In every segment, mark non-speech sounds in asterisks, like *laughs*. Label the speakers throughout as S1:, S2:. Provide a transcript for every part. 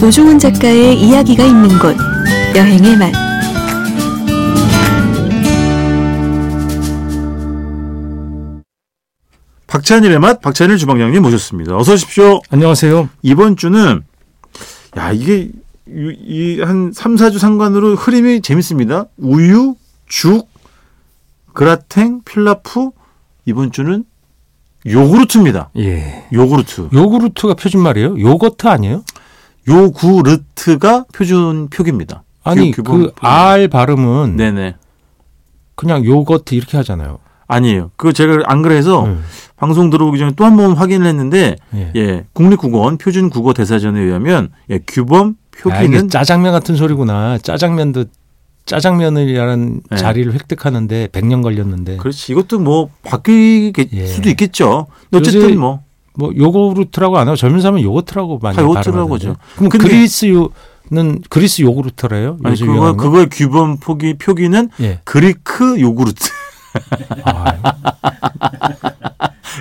S1: 노중훈 작가의 이야기가 있는 곳 여행의 맛
S2: 박찬일의 맛 박찬일 주방장님 모셨습니다. 어서 오십시오.
S3: 안녕하세요.
S2: 이번 주는 야 이게 이한 3, 4주 상관으로 흐름이 재밌습니다. 우유, 죽, 그라탱, 필라프 이번 주는 요구르트입니다.
S3: 예.
S2: 요구르트.
S3: 요구르트가 표준말이에요? 요거트 아니에요?
S2: 요구르트가 표준 표기입니다.
S3: 아니
S2: 교- 교본
S3: 그 알 발음은
S2: 네네.
S3: 그냥 요거트 이렇게 하잖아요.
S2: 아니에요. 그거 제가 안 그래서
S3: 음.
S2: 방송 들어오기 전에 또 한 번 확인을 했는데
S3: 예.
S2: 어. 예, 국립국어원 표준국어 대사전에 의하면 예, 규범
S3: 아, 이게
S2: 표기는
S3: 짜장면 같은 소리구나. 짜장면도 짜장면이라는
S2: 네.
S3: 자리를 획득하는데 100년 걸렸는데
S2: 그렇지. 이것도 뭐 바뀔 게-
S3: 예.
S2: 수도 있겠죠. 근데 어쨌든
S3: 요새
S2: 뭐
S3: 뭐 요구르트라고 안 하고 젊은 사람은 요거트라고 많이
S2: 다 요거트라고
S3: 발음하던데.
S2: 하죠.
S3: 그럼
S2: 근데-
S3: 그리스는 그리스 요구르트래요?
S2: 아니 그거 그
S3: 요즘 유행하는 거?
S2: 그거의 규범 포기 표기는
S3: 예.
S2: 그리크 요구르트, *laughs*
S3: 아,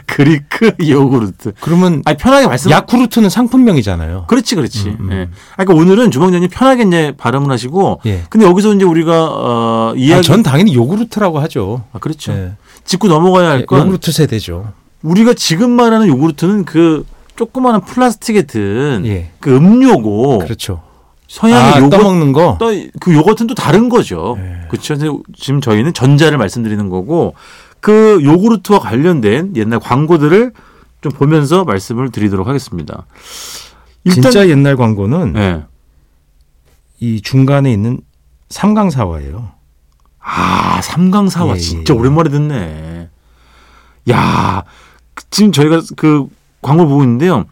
S2: 그리크 요구르트.
S3: 그러면
S2: 아니 편하게 말씀.
S3: 야쿠르트는 상품명이잖아요.
S2: 그렇지, 그렇지.
S3: 음, 음.
S2: 예. 아, 그러니까 오늘은 주방장님 편하게 이제 발음을 하시고.
S3: 예.
S2: 근데 여기서 이제 우리가 어, 그 이야기.
S3: 아, 전 당연히 요구르트라고 하죠.
S2: 아, 그렇죠.
S3: 예.
S2: 짚고 넘어가야 할 건
S3: 요구르트 예, 세대죠.
S2: 우리가 지금 말하는 요구르트는 그 조그마한 플라스틱에 든.
S3: 예.
S2: 그 음료고
S3: 그렇죠.
S2: 서양의
S3: 아,
S2: 요거
S3: 떠먹는 거.
S2: 또 그 요거트는 또 다른 거죠.
S3: 예.
S2: 그렇죠. 근데 지금 저희는 전자를 말씀드리는 거고 그 요구르트와 관련된 옛날 광고들을 좀 보면서 말씀을 드리도록 하겠습니다. 일단
S3: 진짜 옛날 광고는
S2: 예.
S3: 이 중간에 있는 삼강사화예요.
S2: 아 삼강사와
S3: 예, 예,
S2: 진짜
S3: 예.
S2: 오랜만에 듣네. 야 그- 지금 저희가 그 광고 를 보고 있는데요.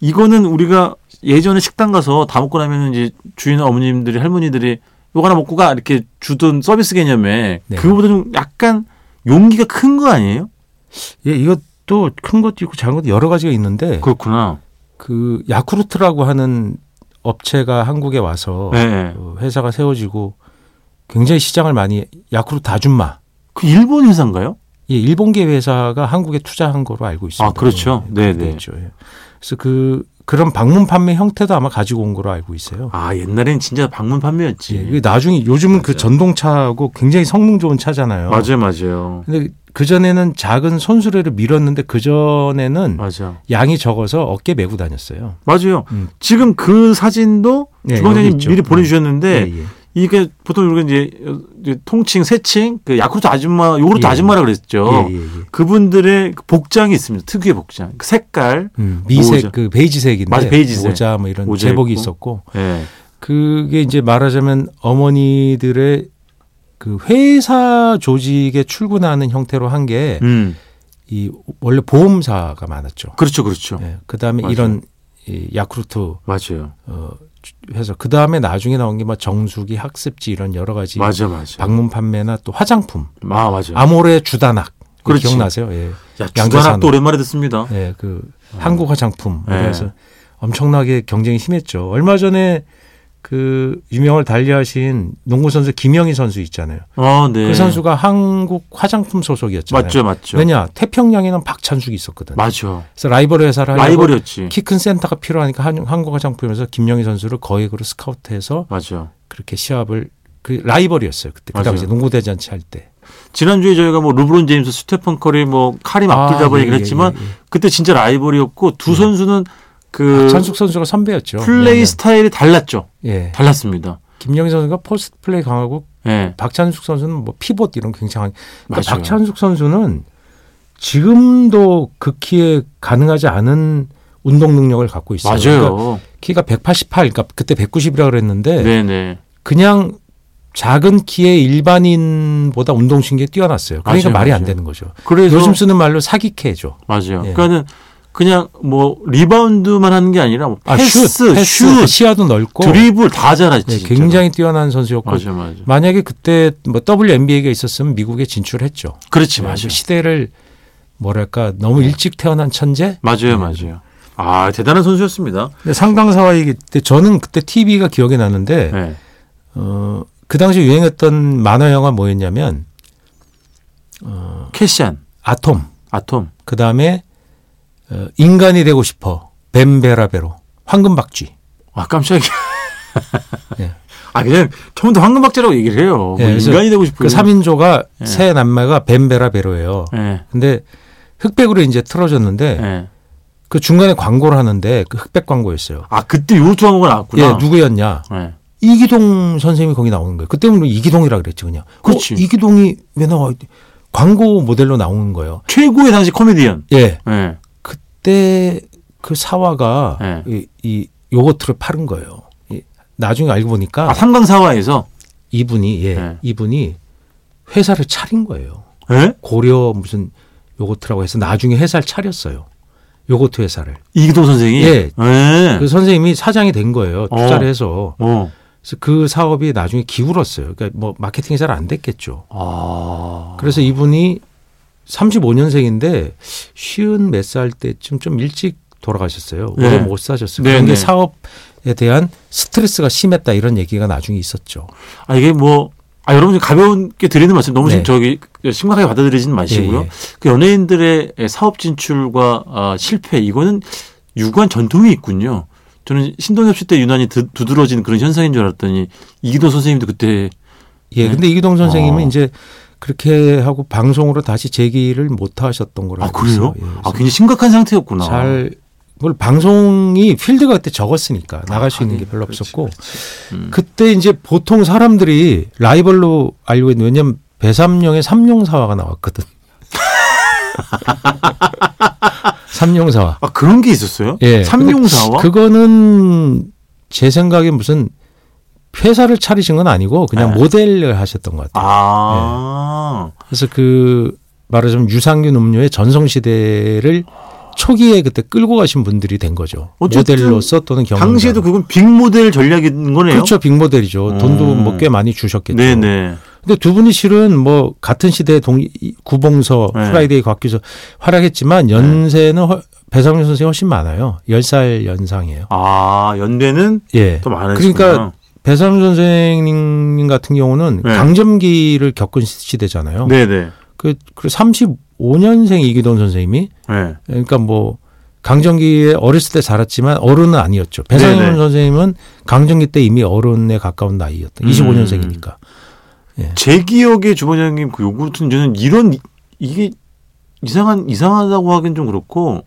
S2: 이거는 우리가 예전에 식당 가서 다 먹고 나면 이제 주인 어머님들이 할머니들이 요거 하나 먹고 가 이렇게 주던 서비스 개념에
S3: 네.
S2: 그거보다 좀 약간 용기가 큰 거 아니에요?
S3: 예, 이것도 큰 것도 있고 작은 것도 여러 가지가 있는데 그,
S2: 그렇구나.
S3: 야쿠르트라고 하는 업체가 한국에 와서
S2: 예. 네.
S3: 어, 회사가 세워지고 굉장히 시장을 많이 야쿠르트 아줌마.
S2: 그 일본 회사인가요?
S3: 예, 일본계 회사가 한국에 투자한 거로 알고 있습니다.
S2: 아, 그렇죠.
S3: 예,
S2: 네네.
S3: 그렇죠. 예. 그래서 그 그런 방문 판매 형태도 아마 가지고 온 거로 알고 있어요.
S2: 아 옛날엔 진짜 방문 판매였지.
S3: 예, 이게 나중에 요즘은 그 전동차하고 굉장히 성능 좋은 차잖아요.
S2: 맞아요, 맞아요,
S3: 근데 그 전에는 작은 손수레를 밀었는데 그 전에는
S2: 맞아,
S3: 양이 적어서 어깨 메고 다녔어요.
S2: 맞아요.
S3: 음.
S2: 지금 그 사진도
S3: 예,
S2: 주방장님
S3: 여기 있죠.
S2: 미리 보내주셨는데
S3: 예, 예.
S2: 이게 보통 우리가 이제 이제 통칭, 세칭, 그 야쿠르트 아줌마, 요구르트
S3: 예.
S2: 아줌마라 그랬죠.
S3: 예, 예, 예.
S2: 그분들의 그 복장이 있습니다. 특유의 복장, 그 색깔.
S3: 음, 미색
S2: 모자.
S3: 그 베이지색인데
S2: 맞아, 베이지색.
S3: 모자 뭐 이런
S2: 모자
S3: 제복이
S2: 있고.
S3: 있었고
S2: 예.
S3: 그게 이제 말하자면 어머니들의 그 회사 조직에 출근하는 형태로 한 게 이
S2: 음,
S3: 원래 보험사가 많았죠.
S2: 그렇죠, 그렇죠.
S3: 예, 그다음에
S2: 맞아요.
S3: 이런 이 야쿠르트
S2: 맞아요,
S3: 어, 해서 그 다음에 나중에 나온 게 막 정수기, 학습지 이런 여러 가지
S2: 맞아, 맞아.
S3: 방문 판매나 또 화장품,
S2: 아, 맞아.
S3: 예. 아모레 주다낙 그거
S2: 그렇지.
S3: 기억나세요? 예,
S2: 야,
S3: 양자산업.
S2: 주관학도 오랜만에 듣습니다.
S3: 예, 그
S2: 아.
S3: 한국 화장품
S2: 예.
S3: 그래서 엄청나게 경쟁이 심했죠. 얼마 전에 그 유명을 달리하신 농구 선수 김영희 선수 있잖아요.
S2: 아, 네.
S3: 그 선수가 한국 화장품 소속이었잖아요.
S2: 맞죠, 맞죠.
S3: 왜냐 태평양에는 박찬숙이 있었거든. 요
S2: 맞아.
S3: 그래서 라이벌 회사를 하려고
S2: 라이벌이었지.
S3: 키 큰 센터가 필요하니까 한- 한국 화장품에서 김영희 선수를 거액으로 스카우트해서
S2: 맞아.
S3: 그렇게 시합을 그 라이벌이었어요 그때 그
S2: 맞아요.
S3: 당시 농구 대잔치 할 때.
S2: 지난주에 저희가 뭐 루브론 제임스, 스테픈 커리, 뭐 카림
S3: 아,
S2: 압둘 자바
S3: 예,
S2: 얘기를
S3: 예,
S2: 했지만
S3: 예, 예.
S2: 그때 진짜 라이벌이었고 두
S3: 예.
S2: 선수는 그
S3: 아, 박찬숙 네, 선수가 선배였죠.
S2: 플레이
S3: 왜냐면,
S2: 스타일이 달랐죠.
S3: 예.
S2: 달랐습니다.
S3: 김영희 선수가 포스트 플레이 강하고
S2: 예.
S3: 박찬숙 선수는 뭐 피봇 이런 굉장한. 그러니까
S2: 맞아요.
S3: 박찬숙 선수는 지금도 극히에 가능하지 않은 운동 능력을 갖고 있어요. 그러니까
S2: 맞아요.
S3: 키가 188, 그러니까 그때 190이라 그랬는데
S2: 네네.
S3: 그냥 작은 키의 일반인보다 운동신경이 뛰어났어요. 그러니까
S2: 맞아요,
S3: 말이 안
S2: 맞아요.
S3: 되는 거죠.
S2: 그래서
S3: 요즘 쓰는 말로 사기캐죠.
S2: 맞아요.
S3: 예.
S2: 그러니까는 그냥 뭐 리바운드만 하는 게 아니라 뭐
S3: 아,
S2: 패스,
S3: 슛,
S2: 슛,
S3: 패스, 시야도 넓고
S2: 드리블 다 잘하지.
S3: 네,
S2: 진짜로.
S3: 굉장히 네. 뛰어난 선수였고
S2: 맞아 맞아.
S3: 만약에 그때 뭐 WNBA가 있었으면 미국에 진출했죠.
S2: 그렇지
S3: 네,
S2: 맞아.
S3: 시대를 뭐랄까
S2: 네.
S3: 너무 일찍 태어난 천재.
S2: 맞아요 맞아요. 아 대단한 선수였습니다.
S3: 근데 상강사와 얘기 때 저는 그때 TV가 기억이 나는데
S2: 네.
S3: 어, 그 당시 유행했던 만화 영화 뭐였냐면
S2: 캐시안,
S3: 아톰 어,
S2: 아톰.
S3: 그 다음에 인간이 되고 싶어 뱀베라베로 황금박쥐.
S2: 아 깜짝이야.
S3: 예.
S2: *laughs* 아 그냥 처음부터 황금박제라고 얘기를 해요. 뭐
S3: 예, 그래서
S2: 인간이 되고 싶어요.
S3: 그 3인조가
S2: 예.
S3: 새 남매가 벤베라 베로예요.
S2: 예.
S3: 근데 흑백으로 이제 틀어졌는데
S2: 예.
S3: 그 중간에 광고를 하는데 그 흑백 광고였어요.
S2: 아 그때 요트 광고가 나왔구나.
S3: 예, 누구였냐?
S2: 예.
S3: 이기동 선생님이 거기 나오는 거예요. 그때 물론 이기동이라 그랬죠, 그냥. 어,
S2: 그렇지.
S3: 이기동이 왜 나와? 광고 모델로 나오는 거예요.
S2: 최고의 당시 코미디언.
S3: 예.
S2: 예.
S3: 그때 그 사화가
S2: 네.
S3: 이, 이 요거트를 파는 거예요. 이- 나중에 알고 보니까
S2: 아 삼강사화에서.
S3: 이분이 예,
S2: 네.
S3: 이분이 회사를 차린 거예요.
S2: 예?
S3: 고려 무슨 요거트라고 해서 나중에 회사를 차렸어요. 요거트 회사를.
S2: 이기동 선생이.
S3: 예.
S2: 예.
S3: 그 선생님이 사장이 된 거예요. 투자를
S2: 어.
S3: 해서.
S2: 어.
S3: 그래서 그 사업이 나중에 기울었어요. 그러니까 뭐 마케팅이 잘 안 됐겠죠.
S2: 아.
S3: 그래서 이분이 35년생인데 쉬운 몇 살 때쯤 좀 일찍 돌아가셨어요. 오래
S2: 네.
S3: 못 사셨어요.
S2: 네,
S3: 그런 게
S2: 네.
S3: 사업에 대한 스트레스가 심했다 이런 얘기가 나중에 있었죠.
S2: 아 이게 뭐. 아 여러분 좀 가볍게 드리는 말씀 너무
S3: 네.
S2: 저기 심각하게 받아들이지는 마시고요.
S3: 예, 예.
S2: 그 연예인들의 사업 진출과 아, 실패 이거는 유구한 전통이 있군요. 저는 신동엽 씨 때 유난히 드- 두드러진 그런 현상인 줄 알았더니 이기동 선생님도 그때
S3: 예.
S2: 네.
S3: 근데 이기동 선생님은
S2: 어.
S3: 이제 그렇게 하고 방송으로 다시 재기를 못 하셨던 걸로
S2: 아
S3: 알고
S2: 그래요?
S3: 있어요. 예, 그래서
S2: 아 굉장히 심각한 상태였구나.
S3: 잘, 뭘 방송이 필드가 그때 적었으니까 나갈 수 있는 게 별로
S2: 아, 네. 그렇지,
S3: 없었고
S2: 그렇지. 음.
S3: 그때 이제 보통 사람들이 라이벌로 알고 있는 왜냐면 배삼룡의 삼룡사화가 나왔거든. *laughs* 삼룡사화.
S2: 아 그런 게 있었어요?
S3: 예.
S2: 삼룡사와
S3: 그거는 제 생각에 무슨 회사를 차리신 건 아니고 그냥
S2: 네.
S3: 모델을 하셨던 것 같아요.
S2: 아
S3: 그래서 그 말하자면 유산균 음료의 전성시대를 초기에 그때 끌고 가신 분들이 된 거죠.
S2: 어쨌든
S3: 모델로서 또는 경영.
S2: 당시에도 그건 빅모델 전략인 거네요.
S3: 예. 그렇죠. 빅모델이죠. 돈도
S2: 음.
S3: 뭐 꽤 많이 주셨겠죠.
S2: 네네.
S3: 근데 두 분이 실은 뭐 같은 시대의 동 이- 구봉서,
S2: 네.
S3: 프라이데이 곽규서 활약했지만 연세는 허- 배상민 선생이 훨씬 많아요. 10살 연상이에요.
S2: 아 연대는
S3: 예.
S2: 더 많은.
S3: 그러니까 배상민 선생님 같은 경우는
S2: 네.
S3: 강점기를 겪은 시- 시대잖아요.
S2: 네네.
S3: 그, 그 35년생 이기동 선생님이
S2: 네.
S3: 그러니까 뭐 강점기에 어렸을 때 자랐지만 어른은 아니었죠. 배상민
S2: 네네.
S3: 선생님은 강점기 때 이미 어른에 가까운 나이였던
S2: 음.
S3: 25년생이니까.
S2: 제 기억에 주방장님 그 요구르트는 이런 이- 이게 이상한 이상하다고 하긴 좀 그렇고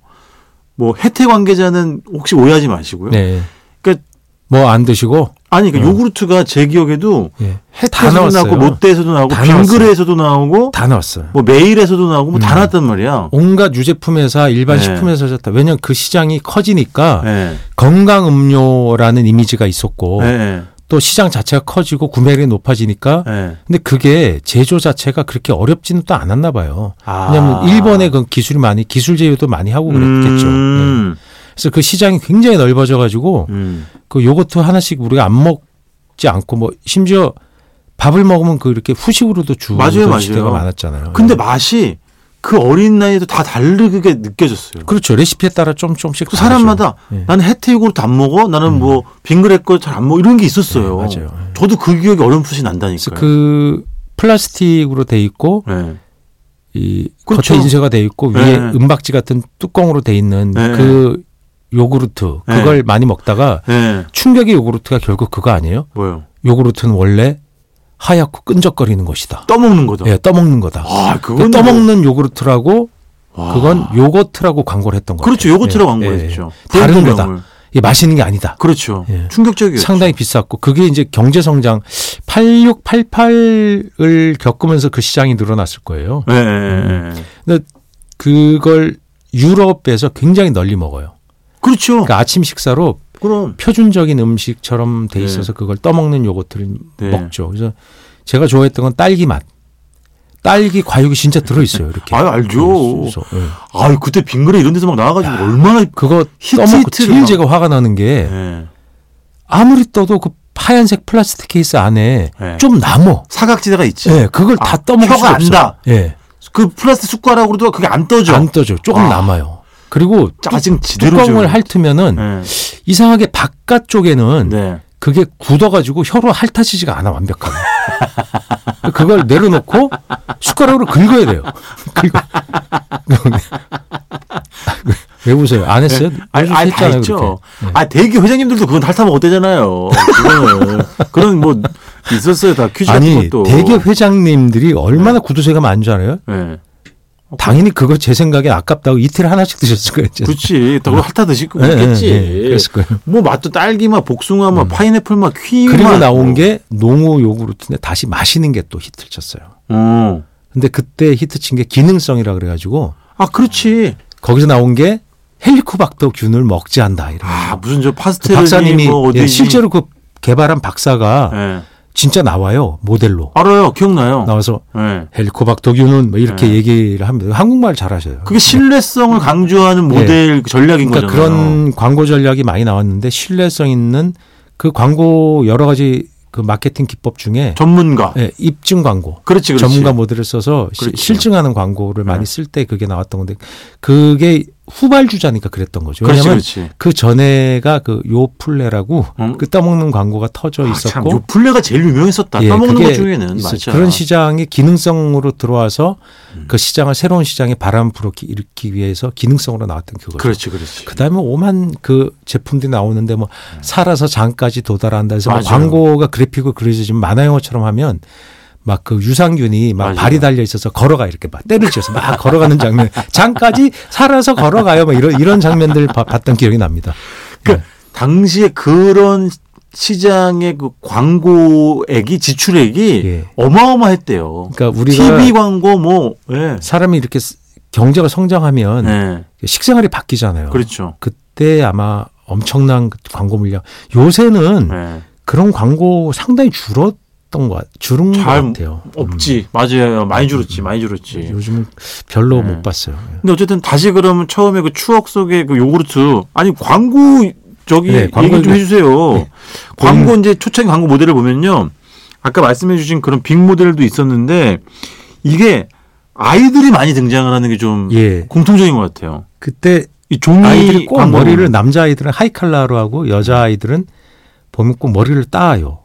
S2: 뭐 혜택 관계자는 혹시 오해하지 마시고요.
S3: 네.
S2: 그러니까-
S3: 뭐 안 드시고
S2: 아니 그러니까
S3: 어.
S2: 요구르트가 제 기억에도
S3: 예. 다
S2: 혜택에서도
S3: 나왔어요.
S2: 나왔고 롯데에서도 나오고
S3: 다
S2: 빙그레에서도 나오고
S3: 다 나왔어요.
S2: 뭐 메일에서도 나오고 뭐 다
S3: 음.
S2: 나왔단 말이야.
S3: 온갖 유제품 회사, 일반
S2: 네.
S3: 식품 회사 다 왜냐면 그 시장이 커지니까
S2: 예.
S3: 건강 음료라는 이미지가 있었고
S2: 예, 예.
S3: 또 시장 자체가 커지고 구매율이 높아지니까
S2: 예.
S3: 근데 그게 제조 자체가 그렇게 어렵지는 또 않았나 봐요.
S2: 아.
S3: 왜냐하면 일본의 그 기술이 많이 기술 제휴도 많이 하고 그랬겠죠. 네.
S2: 음.
S3: 그래서 그 시장이 굉장히 넓어져가지고
S2: 음.
S3: 그 요거트 하나씩 우리가 안 먹지 않고 뭐 심지어 밥을 먹으면 그 이렇게 후식으로도 주는
S2: 맞아요, 맞아요.
S3: 시대가 많았잖아요.
S2: 근데
S3: 네.
S2: 맛이 그 어린 나이에도 다 다르게 느껴졌어요.
S3: 그렇죠 레시피에 따라 좀 조금씩
S2: 그
S3: 다르죠.
S2: 사람마다
S3: 네.
S2: 나는 혜태 요구르트 안 먹어, 나는 뭐 빙그레 거잘 안 먹어 이런 게 있었어요.
S3: 네, 맞아요. 네.
S2: 저도 그 기억이 어렴풋이 난다니까요.
S3: 그래서 그 플라스틱으로 돼 있고
S2: 네.
S3: 이
S2: 그렇죠.
S3: 겉에 인쇄가 돼 있고
S2: 네,
S3: 위에
S2: 네.
S3: 은박지 같은 뚜껑으로 돼 있는
S2: 네,
S3: 그 요구르트
S2: 네.
S3: 그걸 많이 먹다가
S2: 네.
S3: 충격의 요구르트가 결국 그거 아니에요?
S2: 뭐요?
S3: 요구르트는 원래 하얗고 끈적거리는 것이다.
S2: 떠먹는 거다.
S3: 예, 떠먹는 거다.
S2: 아,
S3: 그
S2: 그건
S3: 떠먹는 요구르트라고
S2: 뭐- 와.
S3: 그건 요거트라고 광고를 했던 거예요.
S2: 그렇죠. 요거트라고
S3: 예, 예,
S2: 광고했죠.
S3: 예. 다른
S2: 대한민국
S3: 거다.
S2: 명물.
S3: 예, 맛있는 게 아니다.
S2: 그렇죠.
S3: 예.
S2: 충격적이에요.
S3: 상당히 비쌌고 그게 이제 경제 성장 86, 88을 겪으면서 그 시장이 늘어났을 거예요.
S2: 예, 예, 예, 예.
S3: 근데 그걸 유럽에서 굉장히 널리 먹어요.
S2: 그렇죠.
S3: 그러니까 아침 식사로
S2: 그럼.
S3: 표준적인 음식처럼 돼
S2: 네.
S3: 있어서 그걸 떠먹는 요거트를
S2: 네.
S3: 먹죠. 그래서 제가 좋아했던 건 딸기 맛. 딸기 과육이 진짜 들어있어요. 이렇게.
S2: 아유, 알죠.
S3: 그래서, 예.
S2: 아, 그때 빙그레 이런 데서 막 나와가지고 얼마나.
S3: 그거
S2: 히트
S3: 떠먹고
S2: 히트를
S3: 제일
S2: 막-
S3: 제가 화가 나는 게
S2: 예.
S3: 아무리 떠도 그 하얀색 플라스틱 케이스 안에
S2: 예.
S3: 좀 남어.
S2: 사각지대가 있지.
S3: 예, 그걸
S2: 아,
S3: 다 떠먹을
S2: 혀가
S3: 수가 없어.
S2: 안다.
S3: 예,
S2: 그 플라스틱 숟가락으로도 그게 안 떠져.
S3: 안 떠져. 조금
S2: 아.
S3: 남아요. 그리고
S2: 짜증 지대로
S3: 뚜껑을
S2: 줘요.
S3: 핥으면은
S2: 예.
S3: 이상하게 바깥쪽에는
S2: 네.
S3: 그게 굳어가지고 혀로 핥아지지가 않아 완벽하게. *laughs* 그걸 내려놓고 숟가락으로 긁어야 돼요. *laughs* 긁어. 왜 웃어요? 안 했어요?
S2: 네. 아니,
S3: 무슨
S2: 아니 다
S3: 했잖아요,
S2: 했죠.
S3: 그렇게. 네.
S2: 아 대기 회장님들도 그건 핥아 먹었대잖아요.
S3: *laughs*
S2: 그거는 그런 뭐 있었어요. 다 퀴즈 같은
S3: 아니
S2: 것도. 네.
S3: 대개 회장님들이 얼마나 구두쇠가 많은 줄 알아요?
S2: 예.
S3: 당연히 그거 제 생각에 아깝다고 이틀 하나씩 드셨을 거예요. 이제.
S2: 그렇지. 더 핥아 드시고
S3: 예, 예,
S2: 그랬겠지.
S3: 예, 그랬을 거예요. 음.
S2: 뭐 맛도 딸기 맛, 복숭아 맛, 파인애플 맛, 퀴 맛.
S3: 그리고 나온 게 농어 요구르트인데 다시 마시는 게 또 히트를 쳤어요.
S2: 어.
S3: 근데 그때 히트 친 게 기능성이라 그래가지고
S2: 아 그렇지.
S3: 거기서 나온 게 헬리코박터균을 먹지 않다 이런.
S2: 아 무슨 저
S3: 그
S2: 파스텔
S3: 박사님이
S2: 뭐 어디
S3: 예, 실제로 그 개발한 박사가
S2: 예.
S3: 진짜 나와요 모델로
S2: 알아요. 기억나요.
S3: 나와서
S2: 예.
S3: 헬리코박터균은 뭐 이렇게
S2: 네.
S3: 얘기를 합니다. 한국말 잘하셔요.
S2: 그게 신뢰성을 강조하는 모델 전략인
S3: 예. 그러니까
S2: 거잖아요.
S3: 그런 광고 전략이 많이 나왔는데 신뢰성 있는 그 광고 여러 가지 그 마케팅 기법 중에
S2: 전문가.
S3: 예, 입증 광고
S2: 그렇지, 그렇지.
S3: 전문가 뭐 모델을 써서 시-
S2: 그렇지.
S3: 실증하는 광고를
S2: 네.
S3: 많이 쓸 때 그게 나왔던 건데 그게 후발주자니까 그랬던 거죠.
S2: 그렇지,
S3: 왜냐하면
S2: 그렇지.
S3: 그 전에가 그 요플레라고
S2: 음.
S3: 그 떠먹는 광고가 터져
S2: 아, 참,
S3: 있었고
S2: 요 플레가 제일 유명했었다.
S3: 예,
S2: 떠먹는
S3: 그게
S2: 것 중에는 맞아.
S3: 있었죠. 그런 시장이 기능성으로 들어와서
S2: 음.
S3: 그 시장을 새로운 시장에 바람 불어기 일으키기 위해서 기능성으로 나왔던 그거죠.
S2: 그렇지, 그렇지.
S3: 그다음에 오만 그 제품들이 나오는데 뭐 살아서 장까지 도달한다 해서 뭐
S2: 음. 맞아요.
S3: 광고가 그래픽을 그려서 지금 만화 영화처럼 하면 막 그 유산균이 막
S2: 맞아요.
S3: 발이 달려 있어서 걸어가 이렇게 막 때를 쥐어서 막 걸어가는 장면 장까지 살아서 걸어가요 막 이런 이런 장면들 봐- 봤던 기억이 납니다. 네.
S2: 그러니까
S3: 예.
S2: 당시에 그런 시장의 그 광고액이 지출액이
S3: 예.
S2: 어마어마했대요.
S3: 그러니까 우리가
S2: TV 광고 뭐 예.
S3: 사람이 이렇게 경제가 성장하면
S2: 예.
S3: 식생활이 바뀌잖아요.
S2: 그렇죠.
S3: 그때 아마 엄청난 그 광고 물량. 요새는
S2: 예.
S3: 그런 광고 상당히 줄었던 것 같, 줄은 것
S2: 잘
S3: 같아요.
S2: 없지. 음. 맞아요. 많이 줄었지. 많이 줄었지.
S3: 요즘은 별로
S2: 네.
S3: 못 봤어요. 예.
S2: 근데 어쨌든 다시 그러면 처음에 그 추억 속의 그 요구르트 아니 광고 저기
S3: 네, 광고
S2: 얘기 좀
S3: 얘기-
S2: 해주세요.
S3: 네.
S2: 광고 이제 초창기 광고 모델을 보면요, 아까 말씀해주신 그런 빅 모델도 있었는데 이게 아이들이 많이 등장을 하는 게 좀
S3: 예.
S2: 공통적인 것 같아요.
S3: 그때
S2: 이 종이
S3: 아이들이 꼭
S2: 광고.
S3: 머리를 남자 아이들은 하이 칼라로 하고 여자 아이들은 보면 꼭 머리를 따요.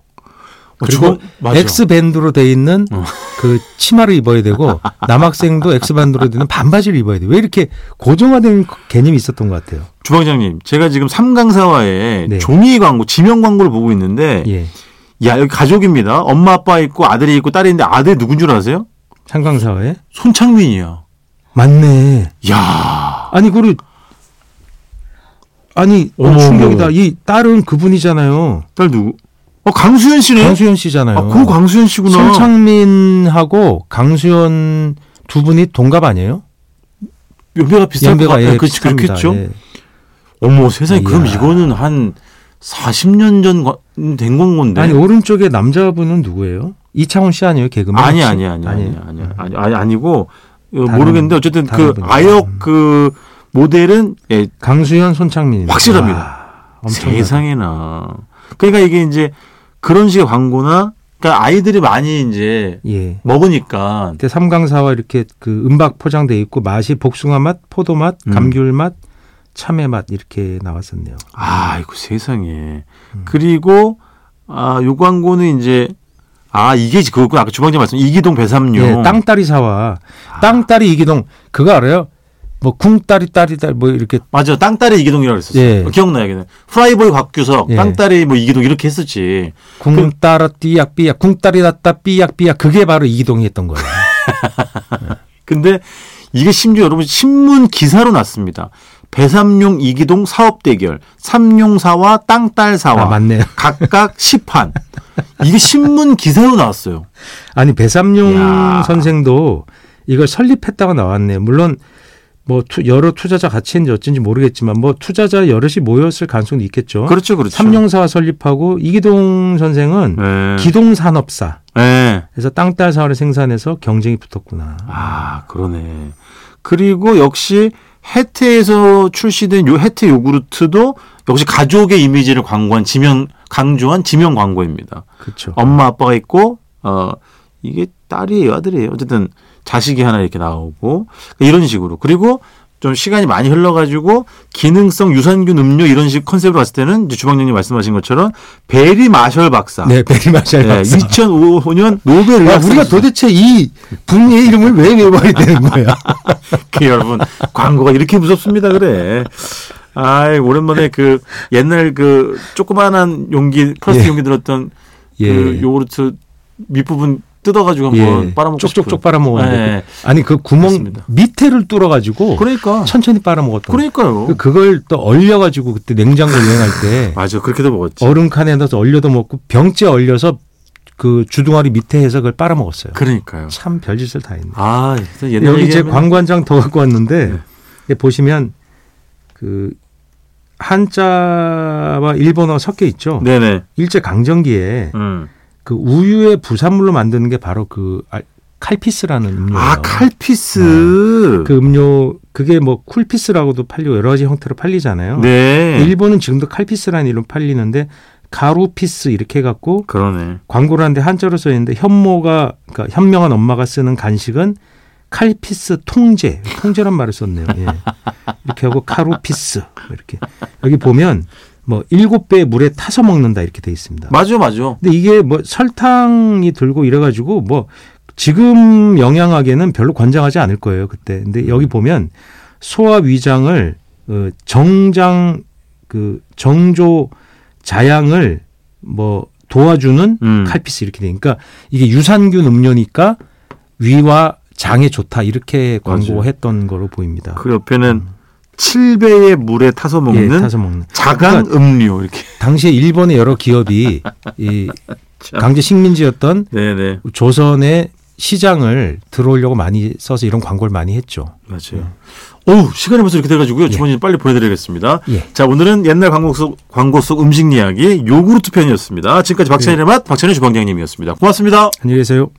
S2: 어,
S3: 그리고
S2: 저거 맞아.
S3: 엑스 밴드로 돼 있는
S2: 어.
S3: 그 치마를 입어야
S2: *laughs*
S3: 되고 남학생도 엑스 밴드로 되 있는 반바지를 입어야 돼. 왜 이렇게 고정화된 개념이 있었던 것 같아요.
S2: 주방장님, 제가 지금 삼강사와의
S3: 네.
S2: 종이 광고, 지명 광고를 보고 있는데,
S3: 예.
S2: 야 여기 가족입니다. 엄마, 아빠 있고 아들이 있고 딸이 있는데 아들 누군 줄 아세요?
S3: 상강사회
S2: 손창민이야.
S3: 맞네.
S2: 야,
S3: 아니 그리고 아니 어,
S2: 어머,
S3: 충격이다.
S2: 어머.
S3: 이 딸은 그분이잖아요.
S2: 딸 누구? 어 강수현 씨네.
S3: 강수현 씨잖아요.
S2: 아, 그 강수현 씨구나.
S3: 손창민하고 강수현 두 분이 동갑 아니에요?
S2: 연배가 비슷할 것
S3: 연배가
S2: 같아요.
S3: 예,
S2: 그,
S3: 비슷합니다.
S2: 그렇겠죠.
S3: 예. 아,
S2: 어머 세상에 그럼
S3: 이야.
S2: 이거는 한 40년 전 된 건 건데.
S3: 아니 오른쪽에 남자분은 누구예요? 이창훈 씨 아니에요 개그맨?
S2: 아니
S3: 혹시?
S2: 아니 아니 아니
S3: 아니에요?
S2: 아니 아니 아니 아니고 어,
S3: 다른-
S2: 모르겠는데 어쨌든 그
S3: 다른 분이구나.
S2: 아역 그 모델은 예
S3: 강수현 손창민
S2: 확실합니다.
S3: 엄청
S2: 세상에나. 그러니까 이게 이제 그런 식의 광고나 그러니까 아이들이 많이 이제
S3: 예.
S2: 먹으니까
S3: 그때 삼강사와 이렇게 그 은박 포장돼 있고 맛이 복숭아 맛, 포도 맛,
S2: 음.
S3: 감귤 맛, 참외 맛 이렇게 나왔었네요.
S2: 아이고 세상에.
S3: 음.
S2: 그리고 아 요 광고는 이제 아 이게 그거구나 아까 주방장 말씀 이기동 배삼룡
S3: 예, 땅따리 사와
S2: 아.
S3: 땅따리 이기동 그거 알아요? 뭐 궁따리 따리 딸 뭐 이렇게
S2: 맞아. 땅딸의 이기동이라고 그랬었어.
S3: 예.
S2: 요 기억나요, 걔는. 프라이보이 곽규석,
S3: 예.
S2: 땅딸의 뭐 이기동 이렇게 했었지.
S3: 궁따라 띠약 삐약 궁따리 났다 삐약 삐약 그게 바로 이기동이 했던 거예요.
S2: 근데 이게 심지어 여러분 신문 기사로 났습니다. 배삼룡 이기동 사업 대결, 삼룡사와 땅딸사와
S3: 아, 맞네요.
S2: 각각 시판. 이게 신문 기사로 나왔어요.
S3: 아니 배삼룡
S2: 야.
S3: 선생도 이걸 설립했다고 나왔네요. 물론 뭐 투- 여러 투자자 같이 했는지 어쩐지 모르겠지만 뭐 투자자 여럿이 모였을 가능성도 있겠죠.
S2: 그렇죠, 그렇죠.
S3: 삼룡사와 설립하고 이기동 선생은
S2: 예.
S3: 기동산업사
S2: 예.
S3: 그래서 땅딸 사활을 생산해서 경쟁이 붙었구나.
S2: 아, 그러네. 그리고 역시 해태에서 출시된 요 해태 요구르트도 역시 가족의 이미지를 광고한 지명 강조한 지명 광고입니다.
S3: 그렇죠.
S2: 엄마 아빠가 있고 어 이게 딸이에요 아들이에요 어쨌든 자식이 하나 이렇게 나오고 이런 식으로 그러니까 그리고 좀 시간이 많이 흘러가지고 기능성 유산균 음료 이런 식 컨셉으로 봤을 때는 이제 주방장님 말씀하신 것처럼 베리 마셜 박사.
S3: 네, *laughs* 베리마샬
S2: 네,
S3: 박사.
S2: 2005년 노벨
S3: 야,
S2: 의학
S3: 우리가 도대체 이 분의 이름을 왜 외워야 되는
S2: *laughs*
S3: 거야?
S2: 그 여러분 광고가 이렇게 무섭습니다 그래. 아 오랜만에 그 옛날 그 조그만한 용기 플라스틱
S3: 예.
S2: 용기 들었던 그
S3: 예.
S2: 요구르트 밑부분 뜯어가지고 한번 빨아먹고
S3: 쪽쪽쪽
S2: 싶어요.
S3: 빨아먹어야 돼.
S2: 네.
S3: 아니 그 구멍
S2: 맞습니다.
S3: 밑에를 뚫어가지고
S2: 그러니까
S3: 천천히 빨아먹었던. 거.
S2: 그러니까요.
S3: 그- 그걸 또 얼려가지고 그때 냉장고 여행할 때
S2: *laughs* 맞아 그렇게도 먹었지.
S3: 얼음 칸에 넣어서 얼려도 먹고 병째 얼려서 그 주둥아리 밑에 해서 그걸 빨아먹었어요.
S2: 그러니까요.
S3: 참 별짓을 다 했네.
S2: 아 옛날
S3: 여기 제
S2: 얘기하면- 네.
S3: 광관장 더 갖고 왔는데 이게 보시면 그 한자와 일본어 섞여 있죠.
S2: 네네.
S3: 일제 강점기에
S2: 음.
S3: 그 우유의 부산물로 만드는 게 바로 그 알- 칼피스라는 음료예요.
S2: 아 칼피스.
S3: 그 음료 그게 뭐 쿨피스라고도 팔리고 여러 가지 형태로 팔리잖아요.
S2: 네.
S3: 어, 일본은 지금도 칼피스라는 이름 팔리는데 가루피스 이렇게 해 갖고
S2: 그러네.
S3: 광고를 하는데 한자로 써 있는데 현모가 그러니까 현명한 엄마가 쓰는 간식은 칼피스 통제 통제란 말을 썼네요. 예. 이렇게 하고 카루피스 이렇게 여기 보면 뭐 일곱 배 물에 타서 먹는다 이렇게 돼 있습니다.
S2: 맞아 맞아.
S3: 근데 이게 뭐 설탕이 들고 이래가지고 뭐 지금 영양학에는 별로 권장하지 않을 거예요 그때. 근데
S2: 음.
S3: 여기 보면 소화 위장을 어, 정장 그 정조 자양을 뭐 도와주는
S2: 음.
S3: 칼피스 이렇게 되니까 이게 유산균 음료니까 위와 장에 좋다 이렇게
S2: 맞아요.
S3: 광고했던 거로 보입니다.
S2: 그 옆에는 칠배의 물에 타서
S3: 예,
S2: 먹는
S3: 타서 먹는. 그러니까
S2: 자간 음료 이렇게.
S3: 당시에 일본의
S2: *laughs*
S3: 여러 기업이 이
S2: 참.
S3: 강제 식민지였던
S2: 네네
S3: 조선의 시장을 들어오려고 많이 써서 이런 광고를 많이 했죠.
S2: 맞아요. 어우 시간이 벌써 이렇게 돼가지고요. 주머니 빨리 보내드리겠습니다.
S3: 예.
S2: 자 오늘은 옛날 광고 속 광고 속 음식 이야기 요구르트 편이었습니다. 지금까지 박찬일의 맛 박찬일 주방장님이었습니다. 고맙습니다.
S3: 안녕히 계세요.